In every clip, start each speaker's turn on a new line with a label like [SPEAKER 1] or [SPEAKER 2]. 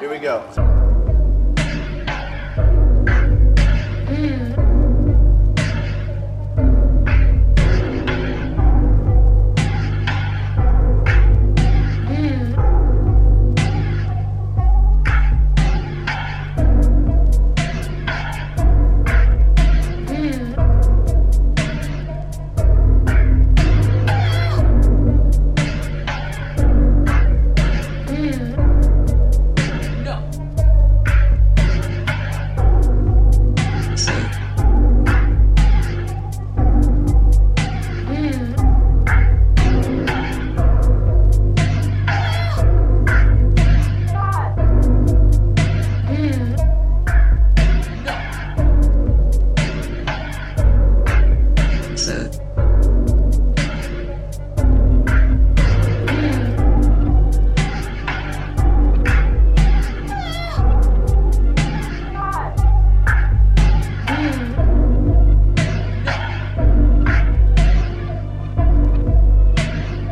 [SPEAKER 1] Here we go.
[SPEAKER 2] No.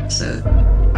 [SPEAKER 3] Sir.